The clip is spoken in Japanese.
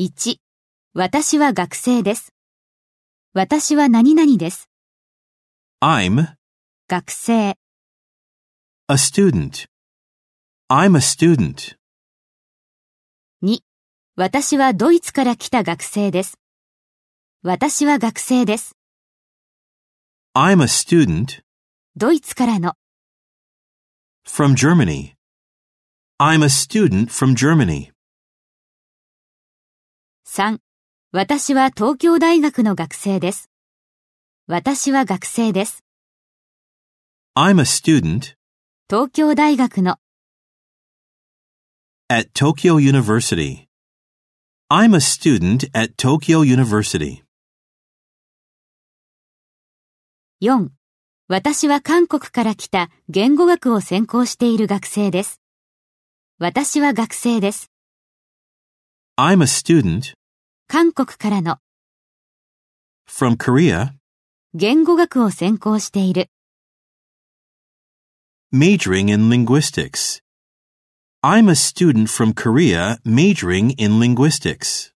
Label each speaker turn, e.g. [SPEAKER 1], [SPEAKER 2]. [SPEAKER 1] 17.1. 私は学生です。私は何々です。
[SPEAKER 2] I'm
[SPEAKER 1] 学生。
[SPEAKER 2] a student. I'm a student.
[SPEAKER 1] 2. 私はドイツから来た学生です。私は学生です。
[SPEAKER 2] I'm a student
[SPEAKER 1] ドイツからの。
[SPEAKER 2] from Germany. I'm a student from Germany.
[SPEAKER 1] 3. 私は東京大学の学生です。私は学生です。
[SPEAKER 2] I'm a student
[SPEAKER 1] 東京大学の。
[SPEAKER 2] at Tokyo University. I'm a student at Tokyo University.
[SPEAKER 1] 4. 私は韓国から来た言語学を専攻している学生です。私は学生です。
[SPEAKER 2] I'm a student
[SPEAKER 1] 韓国からの
[SPEAKER 2] from Korea,
[SPEAKER 1] 言語学を専攻している。
[SPEAKER 2] majoring in linguistics. I'm a student from Korea majoring in linguistics.